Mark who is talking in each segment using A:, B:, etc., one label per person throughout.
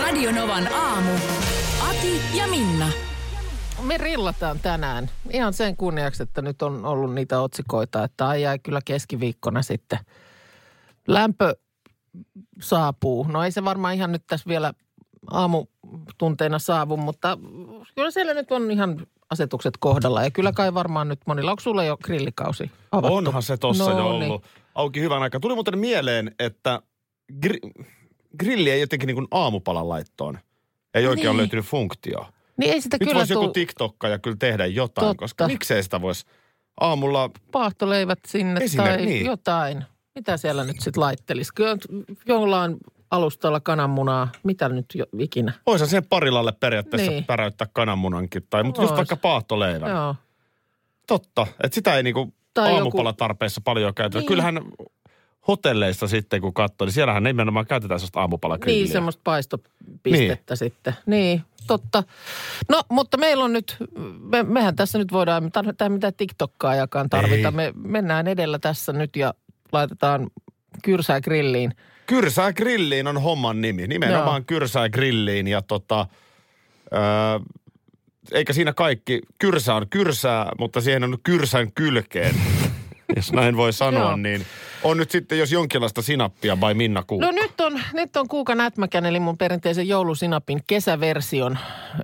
A: Radionovan aamu. Ati ja Minna.
B: Me rillataan tänään ihan sen kunniaksi, että nyt on ollut niitä otsikoita, että ai ai kyllä keskiviikkona sitten lämpö saapuu. No ei se varmaan ihan nyt tässä vielä aamutunteena saavu, mutta kyllä siellä nyt on ihan asetukset kohdalla. Ja kyllä kai varmaan nyt monilla, onko sulla jo grillikausi avattu?
C: Onhan se tossa
B: No
C: jo
B: niin.
C: ollut. Auki hyvän aikaa. Tuli muuten mieleen, että gri- grilli ei jotenkin niin kuin aamupalan laittoon. Ei oikein
A: Niin.
C: ole löytynyt funktio.
B: Niin ei sitä
C: Nyt
B: kyllä
C: voisi joku
B: tule
C: TikTokkaja kyllä tehdä jotain,
B: Totta.
C: koska miksei sitä voisi aamulla
B: paahtoleivät sinne
C: Esimerk-
B: tai
C: niin.
B: jotain. Mitä siellä nyt sitten laittelisi? Kyllä nyt jollain alustalla kananmunaa, mitä nyt jo ikinä.
C: Voisi sen parilalle periaatteessa
B: Niin.
C: niin. päräyttää kananmunankin, tai mutta
B: Vois.
C: just vaikka paahtoleivän.
B: Joo.
C: Totta, että sitä ei niinku
B: Tai joku-
C: aamupalatarpeessa paljon käytetä.
B: Niin.
C: Niin. Kyllähän hotelleissa sitten kun katsoo, niin siellähän nimenomaan käytetään sellaista aamupalakrilliä.
B: Niin, semmoista paistopistettä niin. sitten. Niin, totta. No, mutta meillä on nyt, me, mehän tässä nyt voidaan, tämä mitä TikTokkaa jakaan tarvita.
C: Ei.
B: Me mennään edellä tässä nyt ja laitetaan kyrsää grilliin.
C: Kyrsää grilliin on homman nimi. Nimenomaan
B: Joo.
C: Joo. kyrsää grilliin ja tota, öö, eikä siinä kaikki. Kyrsä on kyrsää, mutta siihen on kyrsän kylkeen. jos näin voi sanoa,
B: Joo.
C: niin on nyt sitten jos jonkinlaista sinappia vai Minna Kuu.
B: No nyt on, nyt on Kuuka Nätmäkän, eli mun perinteisen joulusinapin kesäversion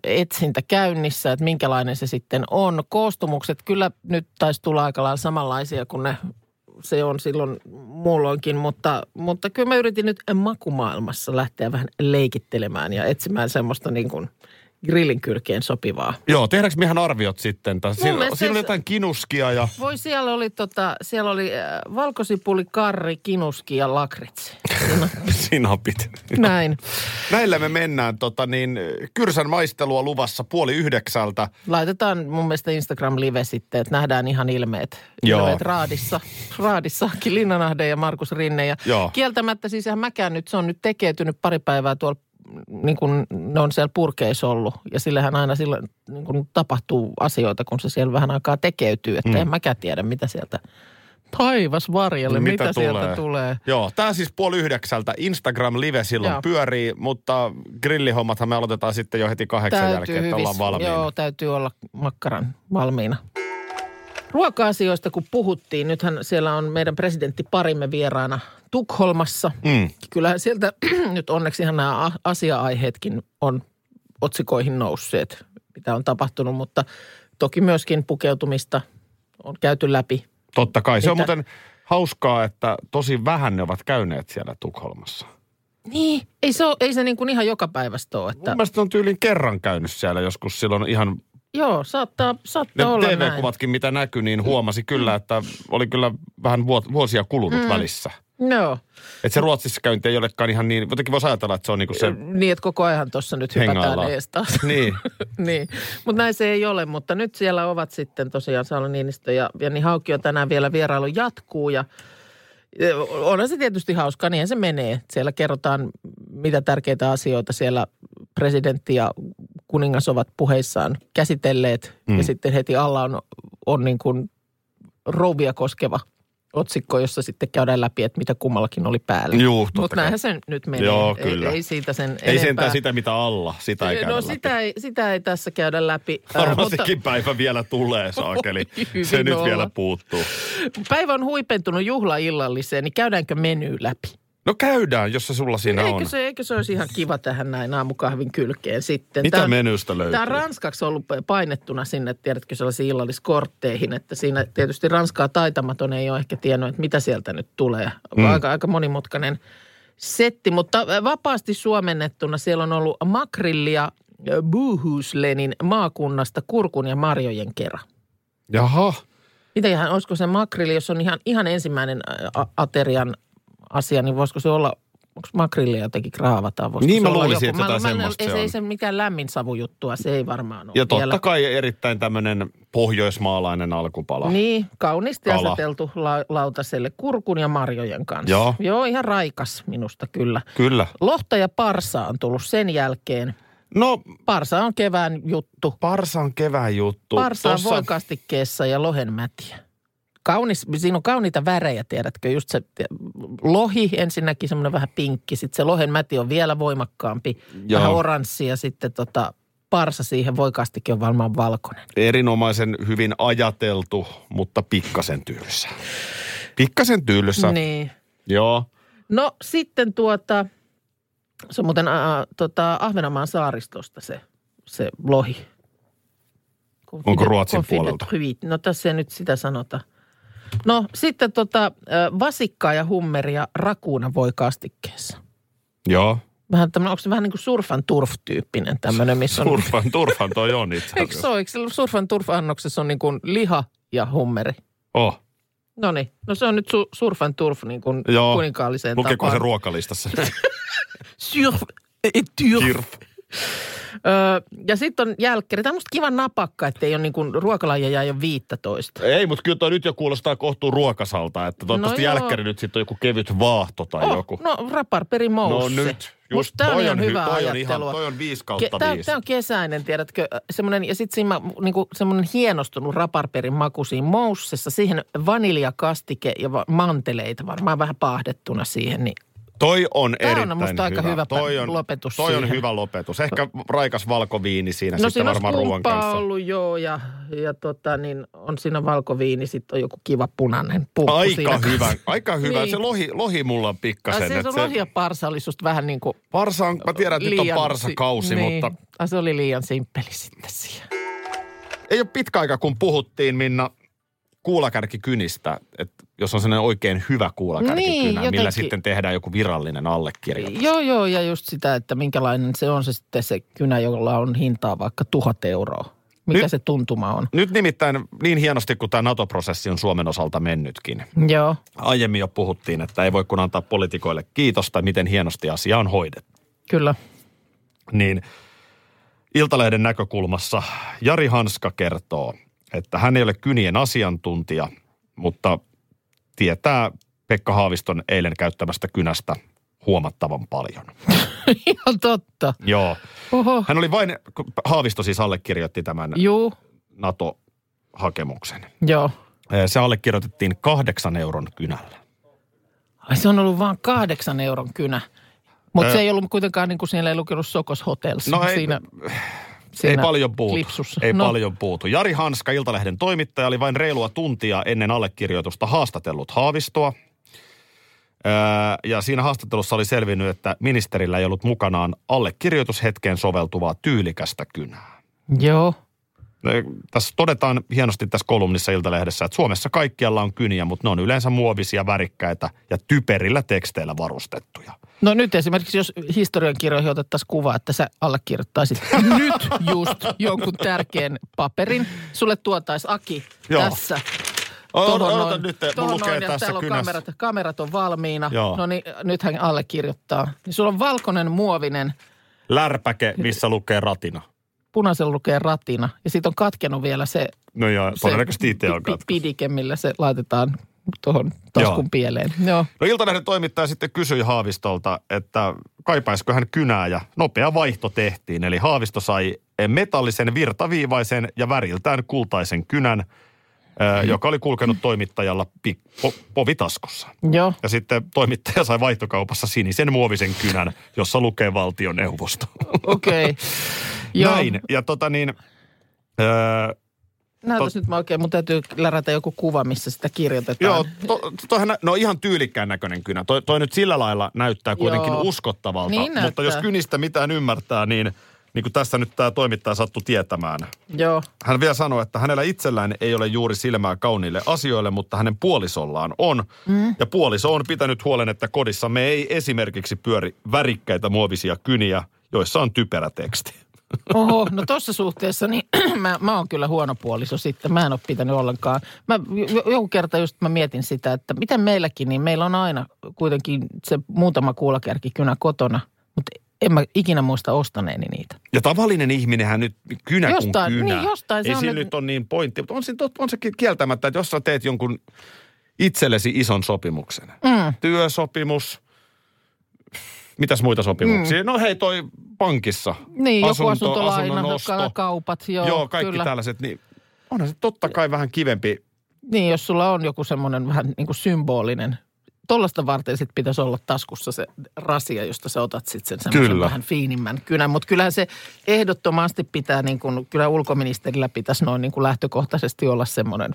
B: etsintä käynnissä, että minkälainen se sitten on. Koostumukset kyllä nyt taisi tulla aika lailla samanlaisia kuin ne se on silloin muulloinkin, mutta, mutta kyllä mä yritin nyt makumaailmassa lähteä vähän leikittelemään ja etsimään semmoista niin kuin grillin kylkeen sopivaa.
C: Joo, tehdäänkö mehän arviot sitten? Tai Siinä,
B: niin. mielestä
C: siinä oli
B: se-
C: jotain kinuskia ja...
B: Voi siellä oli, tota, siellä oli äh, valkosipuli, karri, kinuski ja lakritsi.
C: Sinapit.
B: Näin.
C: Näillä me mennään tota niin, kyrsän maistelua luvassa puoli yhdeksältä.
B: Laitetaan mun mielestä Instagram-live sitten, että nähdään ihan ilmeet.
C: Joo.
B: Ilmeet raadissa. Raadissa Aki Linnanahde ja Markus Rinne. Ja
C: Joo.
B: kieltämättä siis eihän mäkään nyt, se on nyt tekeytynyt pari päivää tuolla, niin kuin ne on siellä purkeissa ollut. Ja sillähän aina silloin niin kuin tapahtuu asioita, kun se siellä vähän aikaa tekeytyy. Että mm. en mäkään tiedä, mitä sieltä taivas varjelle, mitä, mitä sieltä tulee.
C: Joo, tää siis puoli yhdeksältä. Instagram live silloin
B: Joo.
C: Joo. pyörii, mutta grillihommathan me aloitetaan sitten jo heti kahdeksan jälkeen, että ollaan
B: hyvissä-
C: valmiina.
B: Joo, täytyy olla makkaran valmiina. Ruoka-asioista kun puhuttiin, nythän siellä on meidän presidentti parimme vieraana Tukholmassa.
C: Mm.
B: Kyllähän sieltä nyt onneksi ihan nämä a- asia-aiheetkin on otsikoihin nousseet, mitä on tapahtunut, mutta toki myöskin pukeutumista on käyty läpi.
C: Totta kai. Se on
B: Mitä-
C: muuten hauskaa, että tosi vähän ne ovat käyneet siellä Tukholmassa.
B: Niin, ei se, ole, ei se niin kuin ihan joka päivästä ole.
C: Mun
B: Että,
C: mielestä ne on tyylin kerran käynyt siellä joskus silloin ihan...
B: joo, saattaa,
C: Ne
B: saattaa olla näin.
C: TV-kuvatkin, mitä näkyy, niin huomasi kyllä, että oli kyllä vähän vuot- vuosia kulunut mm. välissä.
B: Joo.
C: Että se Ruotsissa käynti ei olekaan ihan niin, jotenkin voisi ajatella, että se on niinku se...
B: Niin, että koko ajan tuossa nyt hypätään
C: Hengaillaan.
B: ees taas.
C: Niin.
B: niin, mutta näin se ei ole. Mutta nyt siellä ovat sitten tosiaan Sauli Niinistö ja Jenni Haukio tänään vielä vierailu jatkuu ja e, onhan se tietysti hauskaa, niin se menee. Siellä kerrotaan, mitä tärkeitä asioita siellä presidentti ja kuningas ovat puheissaan käsitelleet. Mm. Ja sitten heti alla on, on niin kuin rouvia koskeva otsikko, jossa sitten käydään läpi, että mitä kummallakin oli päällä.
C: Juu,
B: Mutta
C: totta kai.
B: näinhän sen nyt menee.
C: Joo,
B: Ei-
C: kyllä.
B: Ei, siitä sen
C: Ei
B: enempää.
C: sentään sitä, mitä alla. Sitä ei käydä
B: No
C: läpi.
B: sitä ei, sitä ei tässä käydä läpi. Äh,
C: Varmastikin päivä vielä tulee, saakeli.
B: Hyvin
C: Se nyt
B: olla.
C: vielä puuttuu.
B: Mutta päivä on huipentunut juhlaillalliseen, niin käydäänkö meny läpi?
C: No käydään, jos se sulla siinä
B: eikö,
C: No on.
B: se, eikö se olisi ihan kiva tähän näin aamukahvin kylkeen sitten?
C: Mitä
B: Tää on-
C: menystä löytyy?
B: Tämä on ranskaksi ollut painettuna sinne, tiedätkö, sellaisiin illalliskortteihin, että siinä tietysti ranskaa taitamaton ei ole ehkä tiennyt, että mitä sieltä nyt tulee. Mm. Aika, aika monimutkainen setti, mutta vapaasti suomennettuna siellä on ollut makrillia Buhuslenin maakunnasta kurkun ja marjojen kerran.
C: Jaha.
B: Mitäköhän, olisiko se makrilli, jos on ihan, ihan ensimmäinen ä, a- aterian asia, niin voisiko se olla onko makrillia jotenkin kraavataan? Voisiko
C: Niin,
B: se
C: mä
B: olla
C: luulisin,
B: joku-
C: että jotain
B: mä, mä,
C: semmoista
B: ei,
C: se
B: se ei
C: on.
B: se mikään lämmin savujuttua, se ei varmaan ole
C: Ja totta
B: vielä.
C: kai erittäin tämmöinen pohjoismaalainen alkupala.
B: Niin, kauniisti
C: Kala.
B: aseteltu la- lautaselle kurkun ja marjojen kanssa.
C: Joo.
B: Joo, ihan raikas minusta kyllä.
C: Kyllä.
B: Lohta ja parsa on tullut sen jälkeen.
C: No,
B: Parsa on kevään juttu.
C: parsa on kevään juttu.
B: Parsa on
C: Tossa-
B: voikastikkeessa ja lohenmätiä. Kaunis, siinä on kauniita värejä, tiedätkö, just se eh, lohi ensinnäkin semmoinen vähän pinkki, sitten se lohenmäti on vielä voimakkaampi, Joo.
C: Joo.
B: vähän oranssi ja sitten tota, parsa siihen voikastikin on varmaan valkoinen.
C: Erinomaisen hyvin ajateltu, mutta pikkasen tylsä. Pikkasen tylsä.
B: Niin.
C: Joo.
B: No sitten tuota, se on muuten ää, tota, Ahvenanmaan saaristosta se, se lohi.
C: Onko Ruotsin puolelta?
B: Hyvit. No tässä ei nyt sitä sanota. No sitten tota, ö, vasikkaa ja hummeria rakuuna voi kastikkeessa.
C: Joo.
B: Vähän tämmönen, onko se vähän niin kuin surfan turf-tyyppinen tämmöinen, missä on...
C: Turfan, turfan toi on itse
B: Niin. Eikö se ole? Eikö se surfan turf-annoksessa on niin kuin liha ja hummeri?
C: Oh.
B: No niin, no se on nyt su- surfan turf niin kuin
C: Joo.
B: kuninkaalliseen
C: Lukeeko se
B: tapaan.
C: ruokalistassa?
B: surf, et turf.
C: Kirf.
B: Öö, ja sitten on jälkkäri. Tämä on musta kiva napakka, että ei ole niin kuin, ruokalajeja ei ole 15.
C: Ei, mutta kyllä toi nyt jo kuulostaa kohtuu ruokasalta, että toivottavasti
B: No
C: no
B: joo.
C: jälkkäri nyt sitten on joku kevyt vaahto tai
B: Oh,
C: joku.
B: No raparperi mousse.
C: No nyt, just
B: Musta tää on
C: toi
B: ihan
C: hy-
B: hyvää
C: toi on ihan,
B: ajattelua.
C: toi on 5
B: Ke-
C: kautta
B: tää,
C: 5.
B: tää on kesäinen, tiedätkö, semmoinen, ja sitten siinä niinku, semmoinen hienostunut raparperin maku siinä moussessa, siihen vaniljakastike ja va- manteleita varmaan vähän paahdettuna siihen, niin
C: Toi on
B: Tää on
C: erittäin
B: musta aika hyvä
C: toi
B: pä-
C: on,
B: lopetus
C: Toi on
B: siihen.
C: hyvä lopetus. Ehkä raikas valkoviini siinä
B: No
C: sitten
B: siinä
C: varmaan
B: on
C: ruoan kanssa.
B: skumppaa ollut joo ja, ja tota, niin on siinä valkoviini, sitten on joku kiva punainen pumppu siinä
C: Aika hyvä,
B: kanssa.
C: aika hyvä.
B: Niin.
C: Se lohi, lohi mulla on pikkasen.
B: Ai, siis
C: että
B: on lohi ja parsa oli susta vähän niin kuin
C: Parsa on, mä tiedän, että nyt on
B: liian si-
C: parsakausi,
B: niin.
C: niin. mutta
B: Ai, se oli liian simppeli sitten siihen.
C: ei ole pitkä aika, kun puhuttiin, Minna, kuulakärkikynistä. Että jos on sellainen oikein hyvä
B: Niin,
C: kuulakärkikynä, millä
B: jotenkin.
C: sitten tehdään joku virallinen allekirjoitus.
B: Joo, joo, ja just sitä, että minkälainen se on se sitten se kynä, jolla on hintaa vaikka tuhat euroa. Mikä
C: Nyt-
B: se tuntuma on?
C: Nyt nimittäin niin hienosti kuin tämä NATO-prosessi on Suomen osalta mennytkin.
B: Joo.
C: Aiemmin jo puhuttiin, että ei voi kun antaa poliitikoille kiitosta, miten hienosti asia on hoidettu.
B: Kyllä.
C: Niin Iltalehden näkökulmassa Jari Hanska kertoo, että hän ei ole kynien asiantuntija, mutta tietää Pekka Haaviston eilen käyttämästä kynästä huomattavan paljon.
B: Ihan totta.
C: Joo.
B: Oho.
C: Hän oli vain, kun Haavisto siis allekirjoitti tämän
B: Juu,
C: NATO-hakemuksen.
B: joo.
C: Se allekirjoitettiin kahdeksan euron kynällä.
B: Ai se on ollut vain kahdeksan euron kynä. Mutta
C: Ö-
B: se ei ollut kuitenkaan niin kuin siellä ei lukenut Sokos Hotels.
C: No ei-
B: siinä,
C: Ei
B: siinä
C: paljon puutu.
B: klipsussa.
C: Ei
B: no,
C: paljon puutu. Jari Hanska, Iltalehden toimittaja, oli vain reilua tuntia ennen allekirjoitusta haastatellut Haavistoa. Öö, ja siinä haastattelussa oli selvinnyt, että ministerillä ei ollut mukanaan allekirjoitushetkeen soveltuvaa tyylikästä kynää.
B: Joo.
C: No, Tässä todetaan hienosti tässä kolumnissa Iltalehdessä, että Suomessa kaikkialla on kyniä, mutta ne on yleensä muovisia, värikkäitä ja typerillä teksteillä varustettuja.
B: No nyt esimerkiksi, jos historiankirjoihin otettaisiin kuva, että sä allekirjoittaisit nyt just jonkun tärkeän paperin. Sulle tuotaisi Aki
C: Joo.
B: tässä.
C: Oota,
B: Tohon
C: oota
B: noin,
C: nyt, mun
B: tohon
C: lukee
B: noin, ja
C: tässä
B: täällä on
C: kynässä.
B: kamerat, kamerat on valmiina.
C: Joo.
B: No niin, nythän allekirjoittaa. Niin sulla on valkoinen, muovinen,
C: Lärpäke, missä lukee ratina.
B: punaisella lukee ratina. Ja siitä on katkenut vielä se,
C: No ja
B: se
C: todennäköisesti itse on
B: pi- pi-
C: katko.
B: pidike, millä se laitetaan tuohon taskun
C: Joo.
B: pieleen. Joo.
C: No Iltalehden toimittaja sitten kysyi Haavistolta, että kaipaisiko hän kynää ja nopea vaihto tehtiin. Eli Haavisto sai metallisen virtaviivaisen ja väriltään kultaisen kynän, ö, joka oli kulkenut toimittajalla pik- po- povitaskussa.
B: Joo.
C: Ja sitten toimittaja sai vaihtokaupassa sinisen muovisen kynän, jossa lukee valtioneuvosto.
B: Okei. Okay.
C: Näin. Ja tota niin, öö,
B: Näytäs
C: Tot-
B: nyt mä oikein, mun täytyy lärätä joku kuva, missä sitä kirjoitetaan.
C: Joo, to, toihan, nä- no ihan tyylikkään näköinen kynä. Toi, toi nyt sillä lailla näyttää kuitenkin
B: Joo.
C: uskottavalta.
B: Niin
C: Mutta
B: näyttää.
C: jos kynistä mitään ymmärtää, niin, niin kuin tässä nyt tämä toimittaja sattui tietämään.
B: Joo.
C: Hän vielä sanoi, että hänellä itsellään ei ole juuri silmää kauniille asioille, mutta hänen puolisollaan on. Mm. Ja puoliso on pitänyt huolen, että kodissamme ei esimerkiksi pyöri värikkäitä muovisia kyniä, joissa on typerä teksti.
B: Oho, no tuossa suhteessa niin mä, mä oon kyllä huono puoliso sitten. Mä en ole pitänyt ollenkaan. Mä, jo- joku kerta just mä mietin sitä, että miten meilläkin, niin meillä on aina kuitenkin se muutama kuulakärkikynä kotona. Mutta en mä ikinä muista ostaneeni niitä.
C: Ja tavallinen ihminenhän nyt kynä
B: Jostain-
C: kuin kynä.
B: niin, jostain se
C: Ei
B: on,
C: sillä
B: että-
C: nyt ole niin pointti, mutta on, siinä, tot- on se ki- kieltämättä, että jos sä teet jonkun itsellesi ison sopimuksen. Mm. Työsopimus, mitäs muita sopimuksia? Mm. No hei, toi pankissa.
B: Niin, joku
C: asunnon
B: asuntolaina,
C: osto.
B: kaupat, joo,
C: Joo, kaikki
B: kyllä.
C: tällaiset, niin onhan se totta kai vähän kivempi.
B: Niin, jos sulla on joku semmoinen vähän niin kuin symbolinen. Tollasta varten sit pitäisi olla taskussa se rasia, josta sä otat sitten sen semmoisen
C: Kyllä.
B: vähän fiinimmän kynän. Mutta kyllähän se ehdottomasti pitää, niin kuin, kyllä ulkoministerillä pitäisi noin niin kuin lähtökohtaisesti olla semmoinen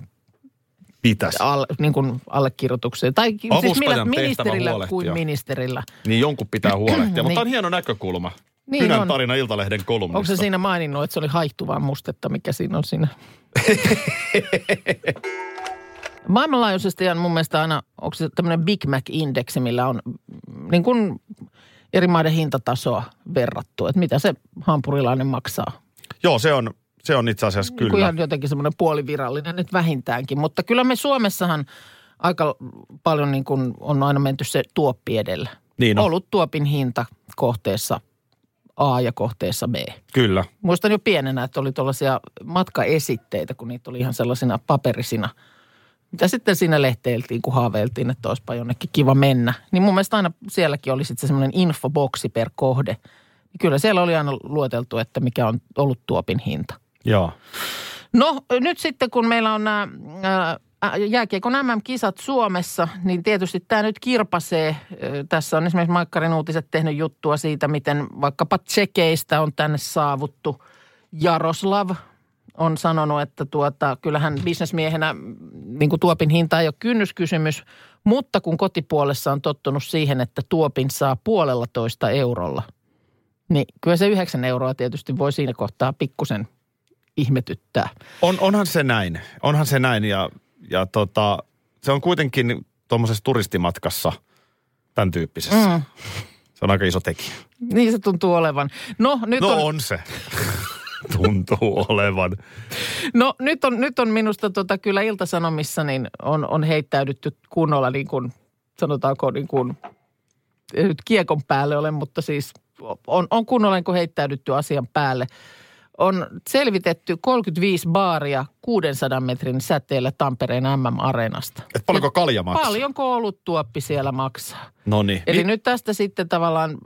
C: Pitäisi.
B: al, niin kuin allekirjoitukseen. Tai ki- siis millä
C: Avustajan tehtävä
B: ministerillä
C: huolehtia.
B: kuin ministerillä.
C: Niin jonkun pitää huolehtia, mutta
B: Niin.
C: on hieno näkökulma.
B: Niin
C: Kynän
B: on.
C: tarina Iltalehden kolumnissa.
B: Onko se siinä maininnut, että se oli haihtuvaa mustetta, mikä siinä on siinä? Maailmanlaajuisesti on mun mielestä aina, onko se tämmöinen Big Mac-indeksi, millä on mm, niin kuin eri maiden hintatasoa verrattu, että mitä se hampurilainen maksaa.
C: Joo, se on, se on itse asiassa
B: Niin kuin
C: kyllä.
B: ihan jotenkin semmoinen puolivirallinen nyt vähintäänkin, mutta kyllä me Suomessahan aika paljon niin kuin on aina menty se tuoppi edellä.
C: Niin on.
B: Ollut tuopin hinta kohteessa A ja kohteessa B.
C: Kyllä.
B: Muistan jo pienenä, että oli tuollaisia matkaesitteitä, kun niitä oli ihan sellaisina paperisina. Mitä sitten siinä lehteiltiin, kun haaveiltiin, että olisipa jonnekin kiva mennä. Niin mun mielestä aina sielläkin oli sitten semmoinen infoboksi per kohde. Niin Kyllä siellä oli aina lueteltu, että mikä on ollut tuopin hinta.
C: Joo.
B: No nyt sitten, kun meillä on nämä ää, jääkiekon MM-kisat Suomessa, niin tietysti tämä nyt kirpasee. Ö, Tässä on esimerkiksi Maikkarin uutiset tehnyt juttua siitä, miten vaikkapa tsekeistä on tänne saavuttu. Jaroslav on sanonut, että tuota, kyllähän bisnesmiehenä mm, niin kuin tuopin hinta ei ole kynnyskysymys, mutta kun kotipuolessa on tottunut siihen, että tuopin saa puolella toista eurolla, niin kyllä se yhdeksän euroa tietysti voi siinä kohtaa pikkusen ihmetyttää.
C: On, onhan se näin. Onhan se näin ja, ja tota, se on kuitenkin tuommoisessa turistimatkassa tämän tyyppisessä. Mm. Se on aika iso tekijä.
B: Niin se tuntuu olevan. No nyt,
C: no
B: on,
C: on, se. Tuntuu olevan.
B: No, nyt, on, nyt on minusta tota, kyllä iltasanomissa niin on, on heittäydytty kunnolla niin kuin, sanotaanko niin kuin, ei nyt kiekon päälle ole, mutta siis on, on kunnolla niin kuin heittäydytty asian päälle. On selvitetty 35 baaria 600 metrin säteellä Tampereen MM-areenasta.
C: Et paljonko kalja maksaa?
B: Paljonko oluttuoppi siellä maksaa?
C: No niin.
B: Eli nyt tästä sitten tavallaan,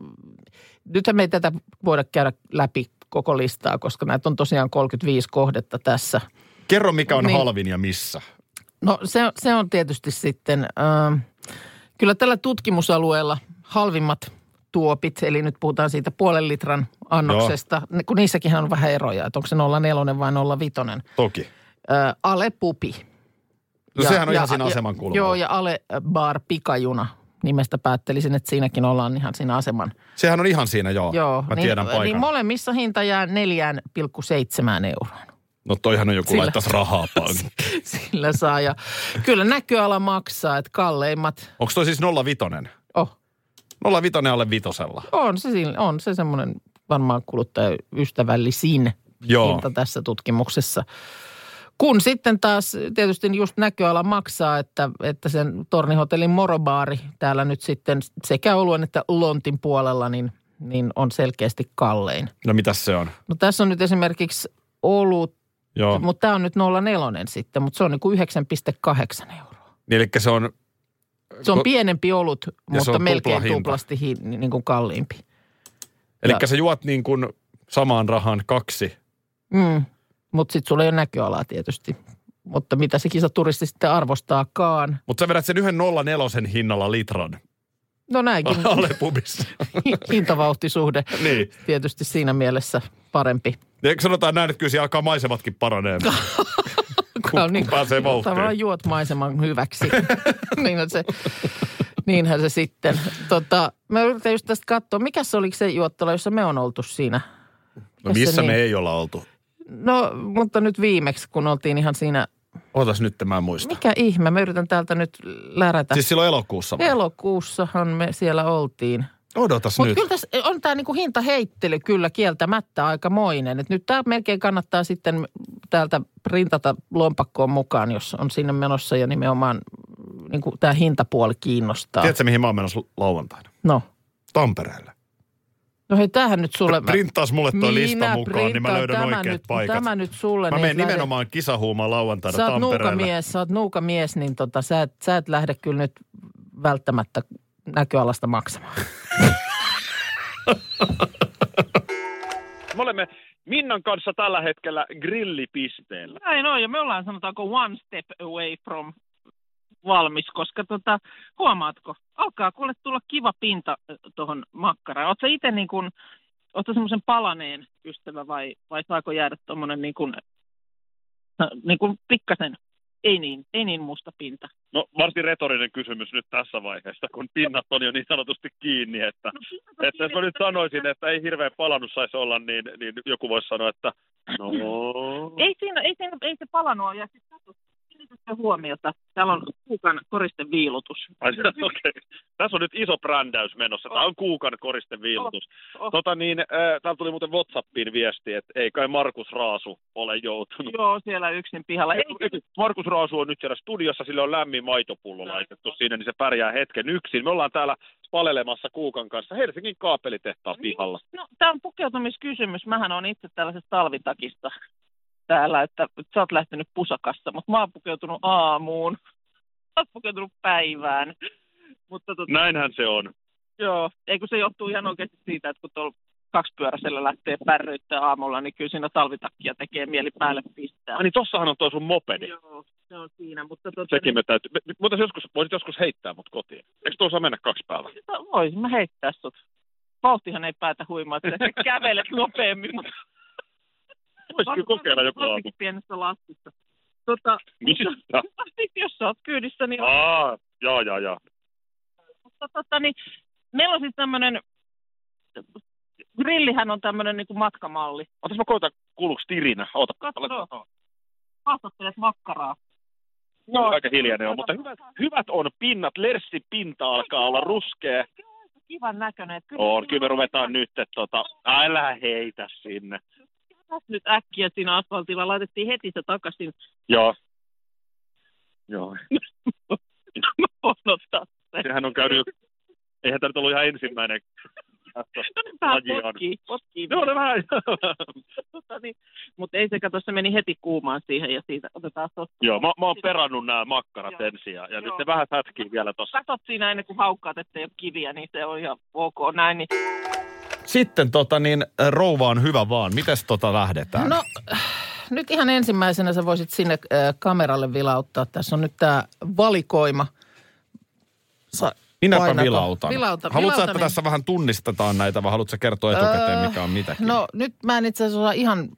B: nythän me ei tätä voida käydä läpi koko listaa, koska näitä on tosiaan 35 kohdetta tässä.
C: Kerro mikä on
B: Niin.
C: niin. halvin ja missä.
B: No se, se on tietysti sitten, ö, kyllä tällä tutkimusalueella halvimmat tuopit, eli nyt puhutaan siitä puolen litran annoksesta, Joo. kun niissäkin on vähän eroja, että onko se 04 vai 05.
C: Toki.
B: Ö, ale pupi.
C: No sehän on ihan siinä aseman kulmalla.
B: Joo, ja Ale Bar Pikajuna nimestä päättelisin, että siinäkin ollaan ihan siinä aseman
C: Sehän on ihan siinä, joo.
B: Joo,
C: Mä tiedän paikan.
B: Niin molemmissa hinta jää 4,7 euroon.
C: No toihan on joku
B: Sillä-
C: laittaisi rahaa pankkiin.
B: Sillä saa. Ja kyllä näköala maksaa, että kalleimmat,
C: Onko toi siis 05?
B: oh,
C: 05 alle vitosella.
B: on se, sillä- on se semmoinen varmaan kuluttajaystävällisin
C: Joo.
B: hinta tässä tutkimuksessa. Kun sitten taas tietysti just näköala maksaa, että, että sen Tornihotellin morobaari täällä nyt sitten sekä oluen että lontin puolella, niin, niin on selkeästi kallein.
C: No mitäs se on?
B: No tässä on nyt esimerkiksi olut
C: Joo.
B: Mutta tämä on nyt 04 sitten, mutta se on niin kuin 9,8 euroa.
C: Niin, eli se on
B: Se on
C: Ko-
B: pienempi olut, mutta
C: on
B: melkein
C: tuplahinta.
B: tuplasti hi, niin kuin kalliimpi.
C: Eli
B: Ja-
C: sä juot niin kuin samaan rahaan kaksi.
B: Mm. Mutta sitten sulla ei ole näköalaa tietysti. Mutta mitä se kisaturisti sitten arvostaakaan.
C: Mutta sä vedät sen yhden nolla nelosen hinnalla litran
B: No näinkin
C: alle pubissa.
B: hintavauhtisuhde
C: niin.
B: tietysti siinä mielessä parempi.
C: Ja sanotaan näin, että kyllä siellä alkaa maisematkin paranemaan. kun,
B: Tää on
C: kun pääsee vauhtiin.
B: niinku Tavallaan juot maiseman hyväksi. niin se, niinhän se sitten. Tota, mä yritän just tästä katsoa, mikä se oli se juottola, jossa me on oltu siinä?
C: No missä
B: niin?
C: me ei olla oltu?
B: No, mutta nyt viimeksi, kun oltiin ihan siinä,
C: Ootas nyt, mä en muista.
B: mikä ihme, mä yritän täältä nyt lärätä. Siis
C: Siis silloin elokuussa. vai?
B: Elokuussahan me siellä oltiin.
C: Odotas
B: Mutta
C: Siis nyt.
B: kyllä tässä on tämä niinku hintaheittely kyllä kieltämättä aikamoinen. Et nyt tämä melkein kannattaa sitten täältä printata lompakkoon mukaan, jos on sinne menossa ja nimenomaan niinku tämä hintapuoli kiinnostaa.
C: Tiedätkö, mihin mä oon menossa lauantaina?
B: No.
C: Tampereelle.
B: no hei, tämähän nyt sulle...
C: Printtaas mulle toi lista
B: Minä
C: mukaan, niin mä
B: printaan
C: löydän
B: tämän
C: oikeat
B: nyt,
C: paikat.
B: Tämä nyt sulle.
C: Mä
B: niin
C: menen
B: lähdet-
C: nimenomaan kisahuumaan lauantaina
B: Sä oot
C: Tampereelle.
B: nuukamies, sä oot nuukamies, niin tota, sä, et, sä et lähde kyllä nyt välttämättä näköalasta maksamaan.
D: Me olemme Minnan kanssa tällä hetkellä grillipisteellä.
E: Näin on, ja me ollaan sanotaanko one step away from valmis, koska tota, huomaatko, alkaa kuule tulla kiva pinta tuohon makkaraan. Oletko itse niin kuin, ootko semmoisen palaneen ystävä vai, vai saako jäädä tuommoinen niin kuin, äh, niin kuin pikkasen, ei niin, ei niin musta pinta.
D: No varsin retorinen kysymys nyt tässä vaiheessa, kun pinnat on jo niin sanotusti kiinni, että,
E: No,
D: että jos mä nyt sanoisin, että ei hirveän palannut saisi olla, niin, niin joku voisi sanoa, että no...
E: Ei siinä, ei siinä, ei se palanua ja sitten kiinnitätkö huomiota. Täällä on kuukan koristen viilutus.
D: Ai, okay. Tässä on nyt iso brändäys menossa. Tämä on kuukan koristen viilutus.
E: Oh, oh.
D: Tota niin, äh, täällä tuli muuten Whatsappiin viesti, että ei kai Markus Raasu ole joutunut.
E: Joo, siellä yksin pihalla. Ei,
D: Markus Raasu on nyt siellä studiossa, sillä on lämmin maitopullo laitettu siinä, niin se pärjää hetken yksin. Me ollaan täällä palelemassa Kuukan kanssa Helsingin kaapelitehtaan pihalla.
E: No, tämä on pukeutumiskysymys. Mähän on itse tällaisesta talvitakista täällä, että sä oot lähtenyt pusakassa, mutta mä oon pukeutunut aamuun. Sä oot pukeutunut päivään. Mutta tota,
D: Näinhän se on.
E: joo, ei kun se johtuu ihan oikeasti siitä, että kun tuolla kaksipyöräisellä lähtee pärryyttä aamulla, niin kyllä siinä talvitakkia tekee mieli päälle pistää.
D: Ai niin tossahan on tuo sun mopedi.
E: Joo, se on siinä, mutta tota,
D: Sekin me täytyy. me- Mutta joskus, voisit joskus heittää mut kotiin. Eikö tuossa mennä kaksi päivää?
E: niin, tota, voisin mä heittää sut. Vauhtihan ei päätä huimaa, että sä kävelet nopeammin, mutta
D: Voisi kyllä kokeilla joku aamu.
E: Varsinkin pienessä lastissa. Tota,
D: Mistä?
E: Sitten jos sä oot kyydissä, niin,
D: Aa, jaa, jaa, jaa.
E: mutta tota, niin meillä on siis tämmöinen, grillihän on tämmöinen niin matkamalli.
D: Otas mä koitan, kuuluuko tirinä? Oota.
E: Katso, haastattelet makkaraa.
D: Joo, aika hiljainen on, mutta hyvät, hyvät on pinnat. Lerssi pinta alkaa olla ruskea.
E: Kivan näköinen. että
D: On, kyllä me ruvetaan nyt, että tota, älä heitä sinne.
E: Tässä nyt äkkiä siinä asfaltilla laitettiin heti se takaisin.
D: Joo. Joo.
E: Mä voin ottaa.
D: Sehän on käynyt, eihän tämä nyt ollut ihan ensimmäinen.
E: No niin, vähän
D: Lajiaan.
E: potkii, potkii.
D: Joo, ne vähän.
E: Tota, niin. Mutta ei se kato, se meni heti kuumaan siihen ja siitä otetaan tosta.
D: Joo, mä, mä oon perannut nämä makkarat
E: Joo.
D: ensin ja, ja nyt
E: Joo.
D: ne vähän sätkii vielä tossa.
E: Katot siinä ennen kuin haukkaat, ettei ole kiviä, niin se on ihan ok näin. Niin
C: Sitten tota niin, rouva on hyvä vaan. Mites tota lähdetään?
B: No nyt ihan ensimmäisenä sä voisit sinne äh, kameralle vilauttaa. Tässä on nyt tämä valikoima. Sa-
C: Minäpä
B: painata.
C: vilautan.
B: Vilauta,
C: haluatko sä, että
B: vilautaminen.
C: tässä vähän tunnistetaan näitä vai haluatko sä kertoa etukäteen,
B: Öö,
C: mikä on mitäkin?
B: No nyt mä en itse asiassa osaa ihan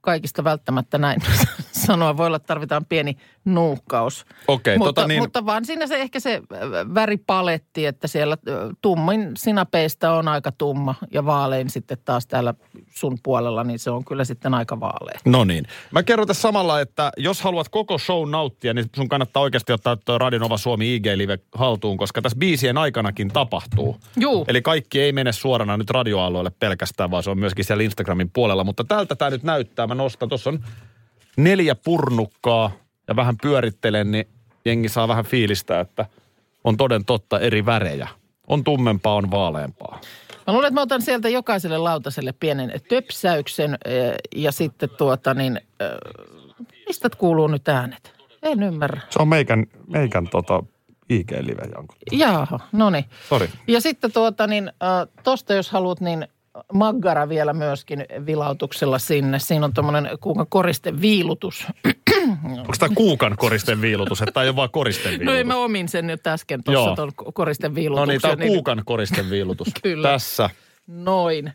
B: kaikista välttämättä näin sanoa. Voi olla, että tarvitaan pieni nuuhkaus.
C: Okei,
B: mutta,
C: tota niin,
B: mutta vaan siinä se ehkä se äh, väripaletti, että siellä äh, tummin sinapeista on aika tumma ja vaalein sitten taas täällä sun puolella, niin se on kyllä sitten aika vaalea.
C: no niin. Mä kerron tässä samalla, että jos haluat koko show nauttia, niin sun kannattaa oikeasti ottaa tuo Radionova Suomi IG-live haltuun, koska tässä biisien aikanakin tapahtuu.
B: Juu.
C: Eli kaikki ei mene suorana nyt radioalueelle pelkästään, vaan se on myöskin siellä Instagramin puolella. Mutta tältä tämä nyt näyttää. Mä nostan, tuossa on neljä purnukkaa ja vähän pyörittelen, niin jengi saa vähän fiilistä, että on toden totta eri värejä. On tummempaa, on vaaleampaa.
B: Mä luulen, että mä otan sieltä jokaiselle lautaselle pienen töpsäyksen äh, ja sitten tuota niin, äh, mistä kuuluu nyt äänet? En ymmärrä.
C: Se on meikän, meikän tota IG-live jonkun.
B: Jaaha, no niin.
C: Sori.
B: Ja sitten tuota niin, äh, tosta jos haluat, niin maggara vielä myöskin vilautuksella sinne. Siinä on tuommoinen kuukan koriste viilutus.
C: Onko tämä kuukan koristen viilutus, että tämä ei ole vaan koristen
B: No
C: viilutus?
B: ei mä omin sen nyt äsken
C: Joo.
B: tuossa tuon koristen
C: no
B: viilutuksen.
C: niin, tämä on kuukan koristen viilutus.
B: Kyllä.
C: Tässä.
B: Noin.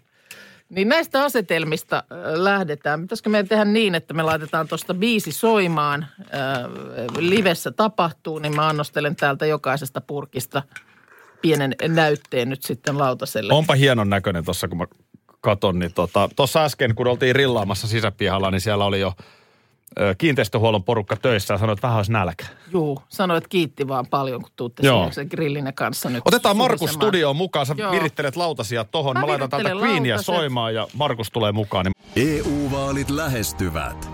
B: Niin näistä asetelmista äh, lähdetään. Pitäisikö meidän tehdä niin, että me laitetaan tuosta biisi soimaan, äh, livessä tapahtuu, niin mä annostelen täältä jokaisesta purkista pienen näytteen nyt sitten lautaselle.
C: Onpa hienon näköinen tuossa, kun mä katon. Niin tuossa tota, tossa äsken, kun oltiin rillaamassa sisäpihalla, niin siellä oli jo ö, kiinteistöhuollon porukka töissä ja sanoi, että vähän olisi nälkä.
B: Juu, sanoit kiitti vaan paljon, kun tuutte
C: Joo.
B: sinne sen grillinne kanssa nyt.
C: Otetaan Markus
B: suvisemaan.
C: studioon mukaan. Sä
B: Joo.
C: virittelet lautasia tohon. Mä,
B: Mä
C: laitan täältä
B: virittelen
C: Queenia
B: lautaset.
C: soimaan ja Markus tulee mukaan. Niin
F: EU-vaalit E lähestyvät.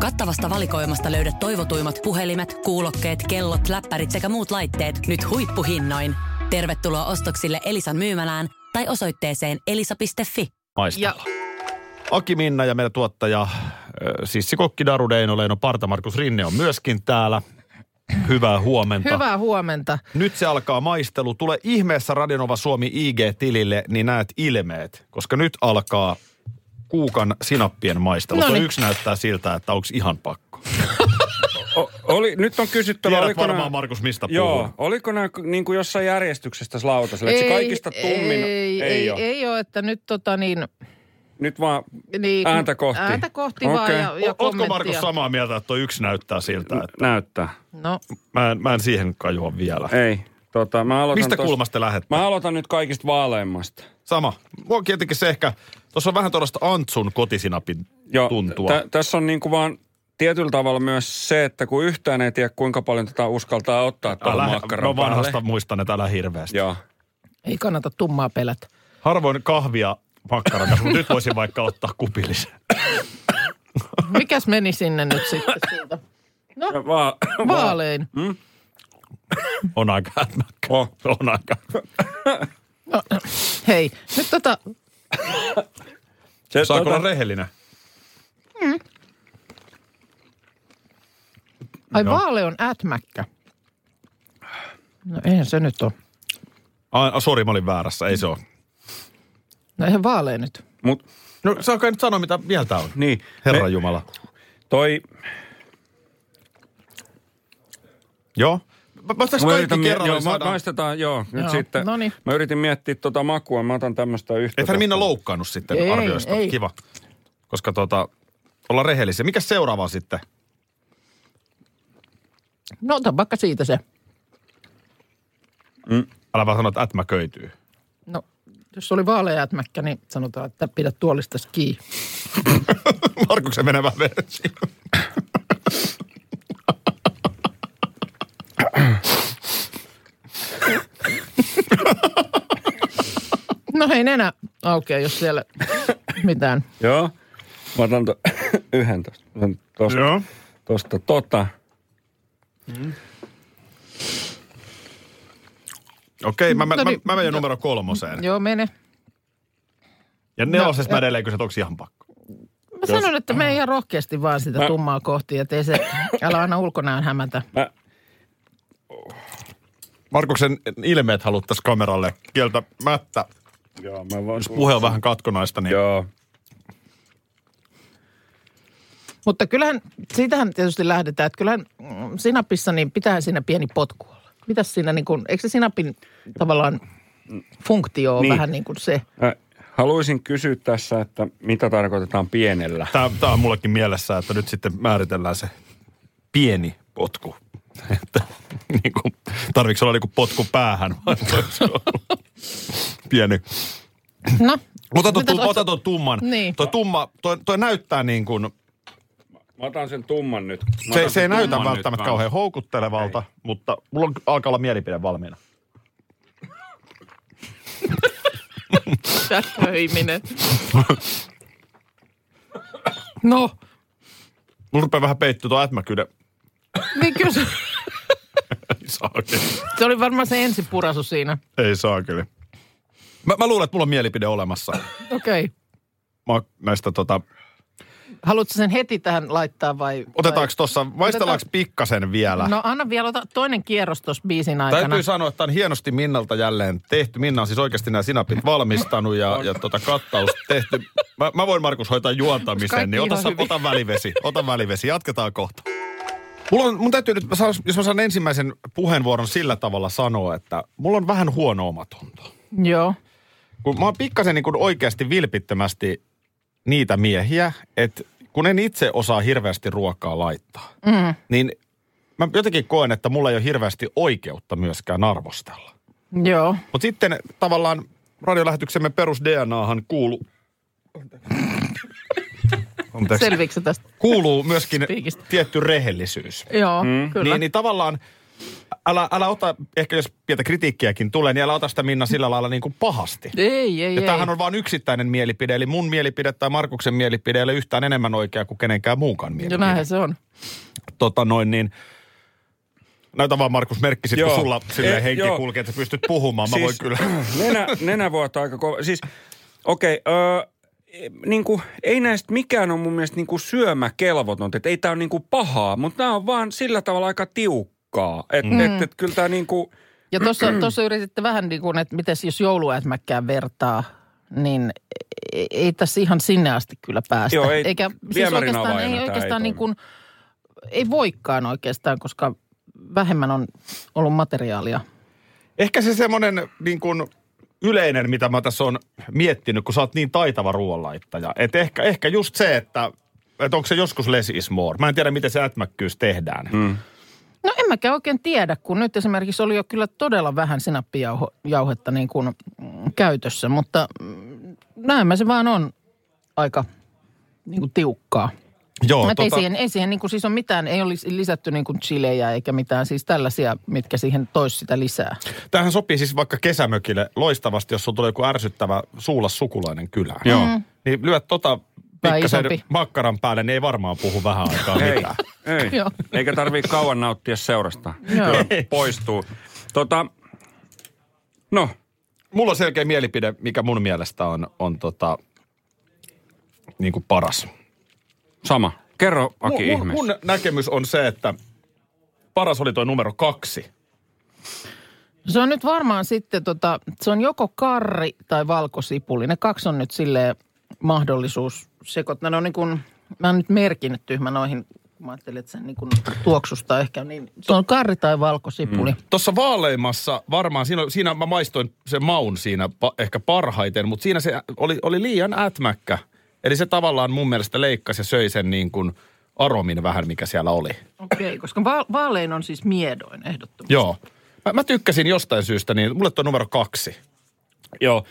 A: Kattavasta valikoimasta löydät toivotuimmat puhelimet, kuulokkeet, kellot, läppärit sekä muut laitteet nyt huippuhinnoin. Tervetuloa ostoksille Elisan myymälään tai osoitteeseen elisa.fi.
C: maistella.
B: Ja
C: Aki Minna ja meidän tuottaja, ö, Sissi Kokki, Daru Deino, Leino Parta, Markus Rinne on myöskin täällä. Hyvää huomenta.
B: hyvää huomenta.
C: Nyt se alkaa maistelu. Tule ihmeessä Radionova Suomi IG-tilille, niin näet ilmeet, koska nyt alkaa kuukan sinappien
G: No
C: maistelu. Tuo
G: niin.
B: Noniin.
C: yksi näyttää siltä, että onko ihan pakko.
G: O- oli, nyt on kysyttävä,
C: Tiedät
G: oliko
C: varmaan,
G: nää-
C: Markus, mistä
G: Joo,
C: puhun.
G: oliko nämä niin kuin jossain järjestyksessä tässä lautasella? Ei, kaikista tummin?
B: Ei, ei,
G: ole.
B: ei ole, että nyt tota niin...
G: Nyt vaan
B: niin
G: Ääntä kohti.
B: Ääntä kohti okay. vaan
G: Okei.
B: ja,
G: O-
B: ja
C: Oletko
B: kommenttia.
C: Markus samaa mieltä, että tuo yksi näyttää siltä, että
G: näyttää.
B: No,
C: mä en, mä en siihen kajua vielä.
G: Ei. Tota, mä aloitan
C: Mistä
G: tosta-
C: kulmasta te lähette?
G: Mä aloitan nyt kaikista vaaleammasta.
C: Sama. Mua tietenkin se ehkä, tuossa on vähän tuollaista Antsun kotisinapin
G: Joo,
C: tuntua.
G: tä- tässä on niin kuin vaan tietyllä tavalla myös se, että kun yhtään ei tiedä, kuinka paljon tätä uskaltaa ottaa tuolla
C: Älä,
G: makkaran
C: no
G: päälle.
C: vanhasta muistan, että älä hirveästi.
G: Joo.
B: ei kannata tummaa pelätä.
C: Harvoin kahvia makkaran kanssa, mutta nyt voisin vaikka ottaa kupillisen.
B: Mikäs meni sinne nyt sitten siltä?
G: Ja vaan,
B: Vaalein.
C: On aika hätmäkkä.
G: Oh.
C: On aika.
B: No, hei, nyt tota,
G: se,
C: Saako
G: tota-
C: olla rehellinen?
B: ai
C: Joo.
B: vaale on ätmäkkä. No eihän se nyt ole.
C: Ah, sori, mä olin väärässä. Ei se ole.
B: No eihän vaale nyt.
G: Mut,
C: No saako nyt sanoa, mitä mieltä on?
G: niin,
C: Herra
G: Me-
C: Jumala.
G: Toi,
C: Joo. Vastaako
G: mä
C: kaikki
G: yritän, mie-
C: kerralla?
G: joo,
C: Joo,
G: ma- maistetaan, joo, nyt
B: Joo,
G: sitten.
B: noniin.
G: Mä yritin miettiä tota makua, mä otan tämmöistä yhtä.
C: Ethän Minna
G: tosta.
C: loukkaannut sitten
B: Ei,
C: arvioista.
B: ei.
C: Kiva. Koska tota, olla rehellisiä. Mikä seuraava on sitten?
B: No ota vaikka siitä se.
C: Älä vaan sano, että ätmä köytyy.
B: No, jos oli vaaleja ätmäkkä, niin sanotaan, että pidä tuolista kiinni.
C: Markuksen menevä versio.
B: No ei nenä aukea, jos siellä mitään.
G: Joo. Mä otan to- yhden tosta. Sen tosta.
C: Joo.
G: Tosta tota.
C: Okei, mä, mä,
B: No
C: mä,
B: niin.
C: mä menen numero kolmoseen.
B: Joo, No, mene.
C: Ja nelosesta mä edelleen kysyn, että onko ihan pakko.
B: Mä sanon, että me ei ihan rohkeasti vaan sitä tummaa kohti, että ei se, älä anna ulkonäön hämätä.
G: Mä,
C: Markuksen ilmeet haluttaisiin kameralle kieltämättä.
G: joo, mä voin...
C: Jos puhe on vähän katkonaista, niin...
G: Joo.
B: Mutta kyllähän, siitähän tietysti lähdetään, että kyllähän mm, sinapissa niin pitää siinä pieni potku olla. Mitäs siinä niin kuin, eikö se sinapin tavallaan funktio on
G: Niin.
B: niin. vähän niin kuin se?
G: Mä haluaisin kysyä tässä, että mitä tarkoitetaan pienellä.
C: Tää, tää on mullekin mielessä, että nyt sitten määritellään se pieni potku. Että niin kuin, tarviiko olla niin potku päähän vai voiko se olla pieni.
B: No,
C: Ota tuon
B: mitäs
C: tum,
B: oot-
C: ota tuon tumman.
B: Niin.
C: Tuo tumma, toi, toi näyttää niin kuin,
G: Mä otan sen tumman nyt. Mä
C: se,
G: otan
C: se ei
G: sen
C: näytä
G: tumman nyt
C: välttämättä
G: vaan.
C: kauhean houkuttelevalta, mutta mulla on, alkaa olla mielipide valmiina.
B: Sä höiminen. No,
C: Mulla rupeaa vähän peittyä tuo ätmäkyyden.
B: niin kyllä se,
C: Ei saa kyllä.
B: se oli varmaan se ensi purasu siinä.
C: Ei saa kyllä. Mä, mä luulen, että mulla on mielipide olemassa.
B: Okei. Okay.
C: Mä oon näistä tota...
B: Haluatko sen heti tähän laittaa vai?
C: Otetaanko tuossa, maistellaanko pikkasen vielä?
B: vai? No anna vielä ota toinen kierros tuossa biisin aikana.
C: Täytyy sanoa, että on hienosti Minnalta jälleen tehty. Minna on siis oikeasti nämä sinapit valmistanut ja, ja tota kattaus tehty. Mä, mä voin Markus hoitaa juontamisen,
B: Kaikki
C: niin ota,
B: ihan
C: sa-
B: hyvin.
C: ota välivesi. Ota välivesi, jatketaan kohta. Mulla on, mun täytyy nyt, mä saan- jos mä saan ensimmäisen puheenvuoron sillä tavalla sanoa, että mulla on vähän huono omatunto.
B: Joo.
C: kun mä oon pikkasen niin kuin oikeasti vilpittömästi niitä miehiä, että kun en itse osaa hirveästi ruokaa laittaa, mm. niin mä jotenkin koen, että mulla ei ole hirveästi oikeutta myöskään arvostella.
B: Joo.
C: Mutta sitten tavallaan radiolähetyksemme perus DNAhan kuuluu... Anteeksi.
B: Selviikö se tästä?
C: Kuuluu myöskin
B: Spiikistä.
C: tietty rehellisyys.
B: Joo, mm. kyllä.
C: Niin, niin tavallaan, älä, älä ota, ehkä jos pientä kritiikkiäkin tulee, niin älä ota sitä Minna sillä lailla niin kuin pahasti.
B: Ei, ei,
C: Ja
B: ei.
C: tämähän on vain yksittäinen mielipide, eli mun mielipide tai Markuksen mielipide ei ole yhtään enemmän oikea kuin kenenkään muunkaan
B: Jo
C: mielipide.
B: näinhän se on.
C: Tota noin niin, näytä vaan Markus merkki sit, kun
G: Joo.
C: sulla silleen
G: Eh,
C: henki
G: joo. Siis
C: kulkee, että sä pystyt puhumaan. Mä voin kyllä.
G: Nenä, nenä vuotaa aika kova. Siis, okei, okay, niin kuin, ei näistä mikään ole mun mielestä niin kuin syömäkelvoton. Että ei tämä ole niin kuin pahaa, mutta nämä on vaan sillä tavalla aika tiukkaa. Että mm. et, et, kyllä tämä niin kuin,
B: Ja tuossa, tuossa yrititte vähän niin kuin, että miten jos jouluäsmäkkään vertaa, niin ei, ei tässä ihan sinne asti kyllä päästä.
G: Joo, ei-
B: Eikä siis
G: viemärin
B: oikeastaan,
G: avaimena
B: ei
G: tää ei
B: oikeastaan niin
G: toimi.
B: kuin, ei voikaan oikeastaan, koska vähemmän on ollut materiaalia.
C: Ehkä se semmoinen niin kuin yleinen, mitä mä tässä on miettinyt, kun sä oot niin taitava ruoanlaittaja. Että ehkä, ehkä just se, että, että onko se joskus less is more. Mä en tiedä, miten se ätmäkkyys tehdään. Mm.
B: No en mäkään oikein tiedä, kun nyt esimerkiksi oli jo kyllä todella vähän sinappijauhetta niin kuin mm, käytössä, mutta mm, näemmä se vaan on aika niin kuin tiukkaa.
C: Joo,
B: Mä tota... ei siihen, ei siihen niin kuin siis on mitään, ei ole lisätty niin kuin chilejä eikä mitään siis tällaisia, mitkä siihen tois sitä lisää.
C: Tämähän sopii siis vaikka kesämökille loistavasti, jos sulla tulee joku ärsyttävä suulas sukulainen kylään.
G: Joo. Mm.
C: Niin lyöt tota
B: Tai
C: pikkasen
B: isompi.
C: makkaran päälle, niin ei varmaan puhu vähän aikaa
G: ei,
C: mitään.
G: ei.
B: Joo.
G: Eikä tarvii kauan nauttia seurasta.
B: Joo.
G: Kyllä Poistuu. Tota, no,
C: Mulla on selkeä mielipide, mikä mun mielestä on, on tota, niin kuin paras.
G: sama. Kerro, Aki,
C: Mun, mun,
G: ihmeessä.
C: mun näkemys on se, että paras oli toi numero kaksi.
B: Se on nyt varmaan sitten, tota, se on joko karri tai valkosipuli. Ne kaksi on nyt silleen mahdollisuus sekoittaa. Ne on niin kuin, mä oon nyt merkinnyt tyhmä noihin, kun mä ajattelin, että sen niin kuin tuoksusta ehkä. Niin, se on karri tai valkosipuli. Mm.
C: Tuossa vaaleimassa varmaan, siinä, siinä mä maistoin sen maun siinä pa, ehkä parhaiten, mutta siinä se oli, oli liian ätmäkkä. Eli se tavallaan mun mielestä leikkasi ja söi sen niin kuin aromin vähän, mikä siellä oli.
B: Okei, okay, koska va- vaalein on siis miedoin ehdottomasti.
C: Joo. Mä, mä tykkäsin jostain syystä, niin mulle tuo numero kaksi.
G: Joo.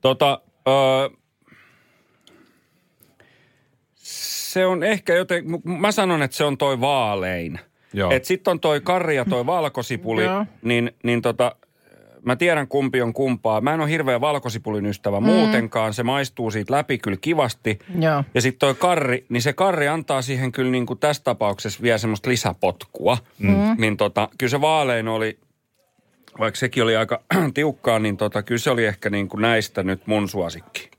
G: Tota, öö, se on ehkä joten, m- mä sanon, että se on toi vaalein.
C: Joo.
G: Et sit on toi karri ja toi valkosipuli,
B: Joo.
G: niin, niin tota, mä tiedän kumpi on kumpaa. Mä en ole hirveä valkosipulin ystävä mm. muutenkaan, se maistuu siitä läpi kyllä kivasti.
B: Joo.
G: Ja sitten toi karri, niin se karri antaa siihen kyllä niin kuin tässä tapauksessa vielä semmoista lisäpotkua. Mm. Niin tota, kyllä se vaalein oli, vaikka sekin oli aika tiukkaa, niin tota, kyllä se oli ehkä niin kuin näistä nyt mun suosikki.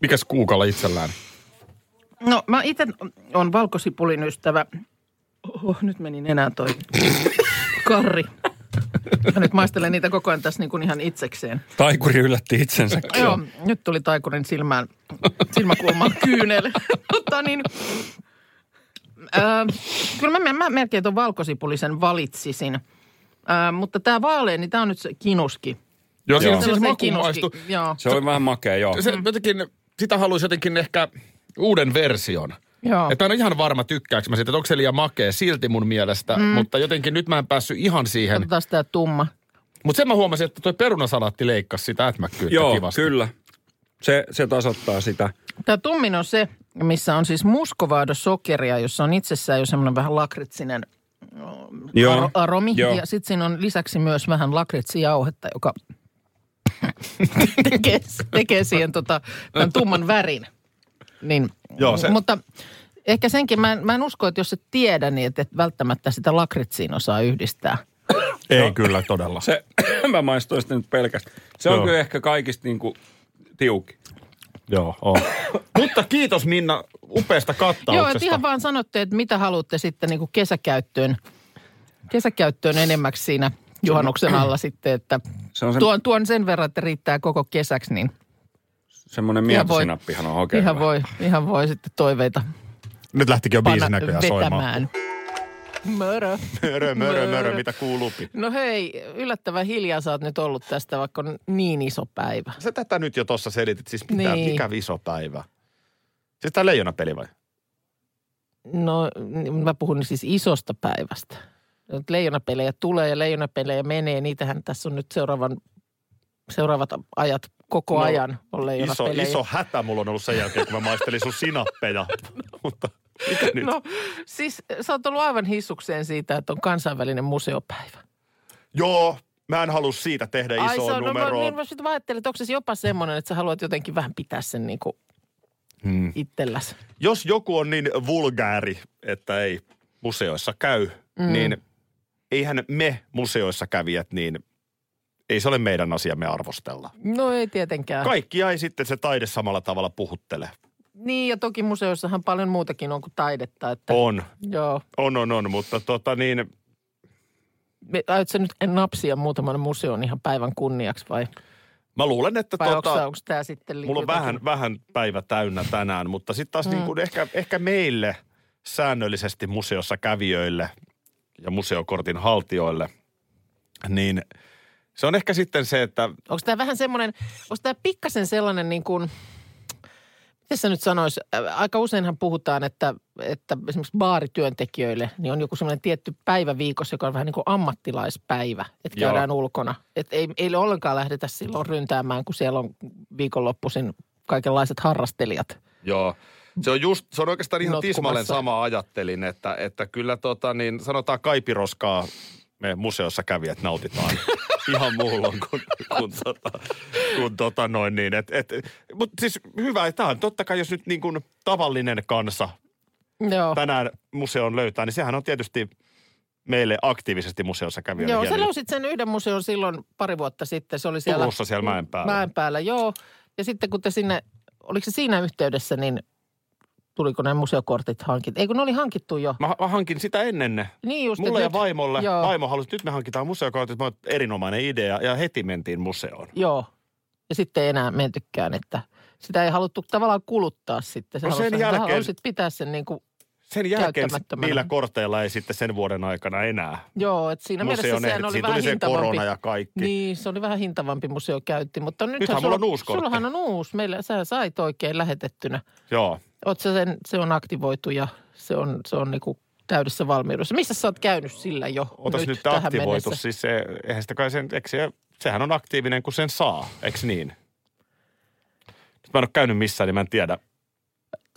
C: Mikäs kuukalla itsellään?
B: No mä itse on valkosipulin ystävä. Oho, nyt meni enää toi karri. Mä nyt maistelen niitä koko ajan tässä niin kuin ihan itsekseen.
G: Taikuri yllätti itsensä.
B: Joo, nyt tuli taikurin silmään, silmäkulmaan kyynel. Mutta niin, öö, kyllä mä, mä melkein tuon valkosipulisen valitsisin. Öö, mutta tämä vaalea, niin tämä on nyt se kinuski.
C: Joo,
G: siinä on
C: siis
B: Sellaisen
C: maku maistui.
B: Joo, Mm.
G: Se oli vähän makea, joo.
C: Se jotenkin, sitä haluaisi jotenkin ehkä uuden version.
B: joo.
C: Että mä en ole ihan varma tykkääks mä siitä, että onko se liian makea silti mun mielestä, mm. mutta jotenkin nyt mä en päässyt ihan siihen.
B: Otetaan tämä tumma.
C: Mutta sen mä huomasin, että toi perunasalaatti leikkasi sitä ätmäkkyyttä
G: Joo,
C: kivasti.
G: kyllä. Se, se tasoittaa sitä.
B: Tämä tummin on se, missä on siis muskovaado sokeria, jossa on itsessään jo semmoinen vähän lakritsinen
G: Joo.
B: aro- aromi.
G: Joo.
B: Ja sitten siinä on lisäksi myös vähän lakritsijauhetta, joka tekee, tekee siihen tota, tämän tumman värin. Niin,
C: Joo, se-
B: Mutta ehkä senkin, mä en, mä en usko, että jos et tiedä, niin et, et välttämättä sitä lakritsiin osaa yhdistää.
C: Ei kyllä todella.
G: Se, mä maistoin sitä nyt pelkästään. Se on
C: Joo.
G: kyllä ehkä kaikista niin kuin tiukin.
C: Joo, on. Mutta kiitos Minna upeasta
B: Joo, että
C: kattauksesta.
B: ihan vaan sanotte, että mitä haluatte sitten niin kuin kesäkäyttöön, kesäkäyttöön enemmäksi siinä juhannuksen alla sitten, että
G: Se on se,
B: tuon, tuon sen verran, että riittää koko kesäksi, niin
G: semmoinen
B: ihan voi-
G: mietinappihan on oikein
B: ihan
G: hyvä.
B: voi, ihan voi sitten toiveita
C: Nyt lähtikin jo biisi
B: panna
C: näköjään soimaan.
B: vetämään. Mörö.
C: Mörö, mörö, mörö, mitä kuuluu?
B: No hei, yllättävän hiljaa sä oot nyt ollut tästä, vaikka on niin iso päivä.
C: Sä tätä nyt jo tuossa selitit, siis mitä,
B: Niin.
C: mikä iso päivä. Siis tää leijonapeli vai?
B: No, n- mä puhun siis isosta päivästä. Nyt leijonapelejä tulee ja leijonapelejä menee. Niitähän tässä on nyt seuraavan, seuraavat ajat koko
C: No,
B: no, ajan on
C: Iso,
B: leijonapelejä.
C: iso hätä mulla on ollut sen jälkeen, kun mä maistelin sun sinappeja. Mutta mikä nyt?
B: No siis sä oot ollut aivan hissukseen siitä, että on kansainvälinen museopäivä.
C: Joo, mä en halua siitä tehdä
B: Ai, se
C: isoa
B: on- no, mä,
C: numeroa.
B: niin mä sitten ajattelin, että onko se jopa semmoinen, että sä haluat jotenkin vähän pitää sen niin kuin
C: Hmm.
B: itselläsi.
C: Jos joku on niin vulgääri, että ei museoissa käy, mm. niin eihän me museoissa kävijät, niin ei se ole meidän asiamme arvostella.
B: No ei tietenkään.
C: Kaikkia ei sitten se taide samalla tavalla puhuttele.
B: Niin ja toki museoissahan paljon muutakin on kuin taidetta. Että,
C: On,
B: Joo.
C: on, on, on, mutta tota niin,
B: Me- Aiot sä nyt napsia muutaman museon ihan päivän kunniaksi vai,
C: mä luulen, että
B: vai
C: tota,
B: onko tämä sitten li-
C: mulla on
B: jotakin-
C: vähän, vähän päivä täynnä tänään, mutta sitten taas mm. niin kuin ehkä, ehkä meille säännöllisesti museossa kävijöille ja museokortin haltijoille, niin se on ehkä sitten se, että
B: Onko tämä vähän semmoinen, onko tämä pikkasen sellainen niin kuin, miten sä nyt sanois, Äh, aika useinhan puhutaan, että, että esimerkiksi baarityöntekijöille niin on joku semmoinen tietty päivä viikossa, joka on vähän niin kuin ammattilaispäivä, että
C: Joo.
B: käydään ulkona. Että ei, ei ollenkaan lähdetä silloin ryntäämään, kun siellä on viikonloppuisin kaikenlaiset harrastelijat.
C: Joo. Se on, just, se on oikeastaan ihan
B: Notkumassa.
C: tismalleen sama ajattelin, että, että kyllä tota, niin, sanotaan kaipiroskaa me museossa kävijät nautitaan ihan muulloin kuin, kuin, tota, kuin tota noin niin. Et, et, Mutta siis hyvä, että tämä on totta kai, jos nyt niin kuin tavallinen kansa
B: Joo.
C: tänään museon löytää, niin sehän on tietysti meille aktiivisesti museossa kävijöille.
B: Joo, sä
C: jäljellä.
B: löysit sen yhden museon silloin pari vuotta sitten. Se oli siellä,
C: Turussa siellä mäen päällä.
B: Niin, Mäen päällä, joo. Ja sitten kun te sinne, oliko se siinä yhteydessä, niin tuliko nämä museokortit hankittu? Ei kun ne oli hankittu jo.
C: Mä, mä hankin sitä ennen ne.
B: Niin just,
C: Mulle
B: et
C: ja
B: nyt-
C: vaimolle.
B: Joo,
C: Vaimo halusi, että nyt me hankitaan museokortit. Mä oon, erinomainen idea ja heti mentiin museoon.
B: joo. Ja sitten ei enää mentykään, että sitä ei haluttu tavallaan kuluttaa sitten. Sä
C: No sen
B: halusit- sä
C: jälkeen-
B: Halusit pitää sen niin kuin,
C: sen jälkeen
B: Käyttämättömänä.
C: niillä korteilla ei sitten sen vuoden aikana enää.
B: joo, että siinä
C: Museo
B: mielessä sehän
C: nähdä,
B: oli
C: siinä
B: vähän
C: tuli se
B: hintavampi.
C: korona ja kaikki. Niin.
B: Niin, se oli vähän hintavampi museokäynti, mutta nythän,
C: Nythän mulla on uusi kortti.
B: Sullahan on uusi. Meillä, sä sait oikein lähetettynä.
C: Joo.
B: Oot sä sen, se on aktivoitu ja se on, se on niinku täydessä valmiudessa. Missä sä oot käynyt sillä jo
C: Otas nyt, nyt
B: tähän
C: aktivoitu.
B: mennessä?
C: Siis se, eihän sitä kai sen, eikö se, sehän on aktiivinen, kun sen saa, eikö niin? Nyt mä en ole käynyt missään, niin mä en tiedä.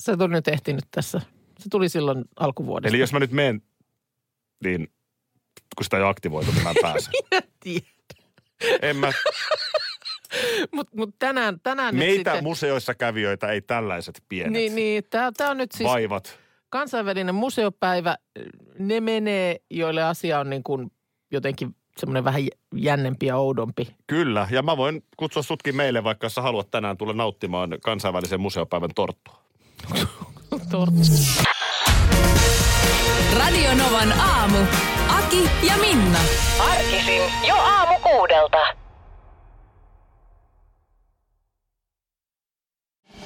B: Sä et ole nyt ehtinyt tässä. Se tuli silloin alkuvuodesta.
C: Eli jos mä nyt menen, niin kun sitä ei ole aktivoitu, niin mä en pääse. en mä,
B: Mutta mut tänään, tänään nyt
C: meitä
B: sitten...
C: museoissa kävijöitä ei tällaiset pienet
B: niin, niin. Tämä, tämä on nyt siis
C: vaivat.
B: kansainvälinen museopäivä. Ne menee, joille asia on niin kuin jotenkin semmoinen vähän jännempi ja oudompi.
C: Kyllä, ja mä voin kutsua sutkin meille, vaikka jos sä haluat tänään tulla nauttimaan kansainvälisen museopäivän torttua.
B: Torttu.
A: Radio Novan aamu. Aki ja Minna.
H: Arkisin jo aamu kuudelta.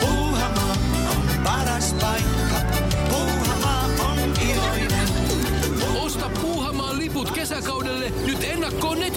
I: Puuhamaa on paras paikka. Puuhamaa on iloinen.
J: Osta Puuhamaan liput kesäkaudelle nyt ennakkoon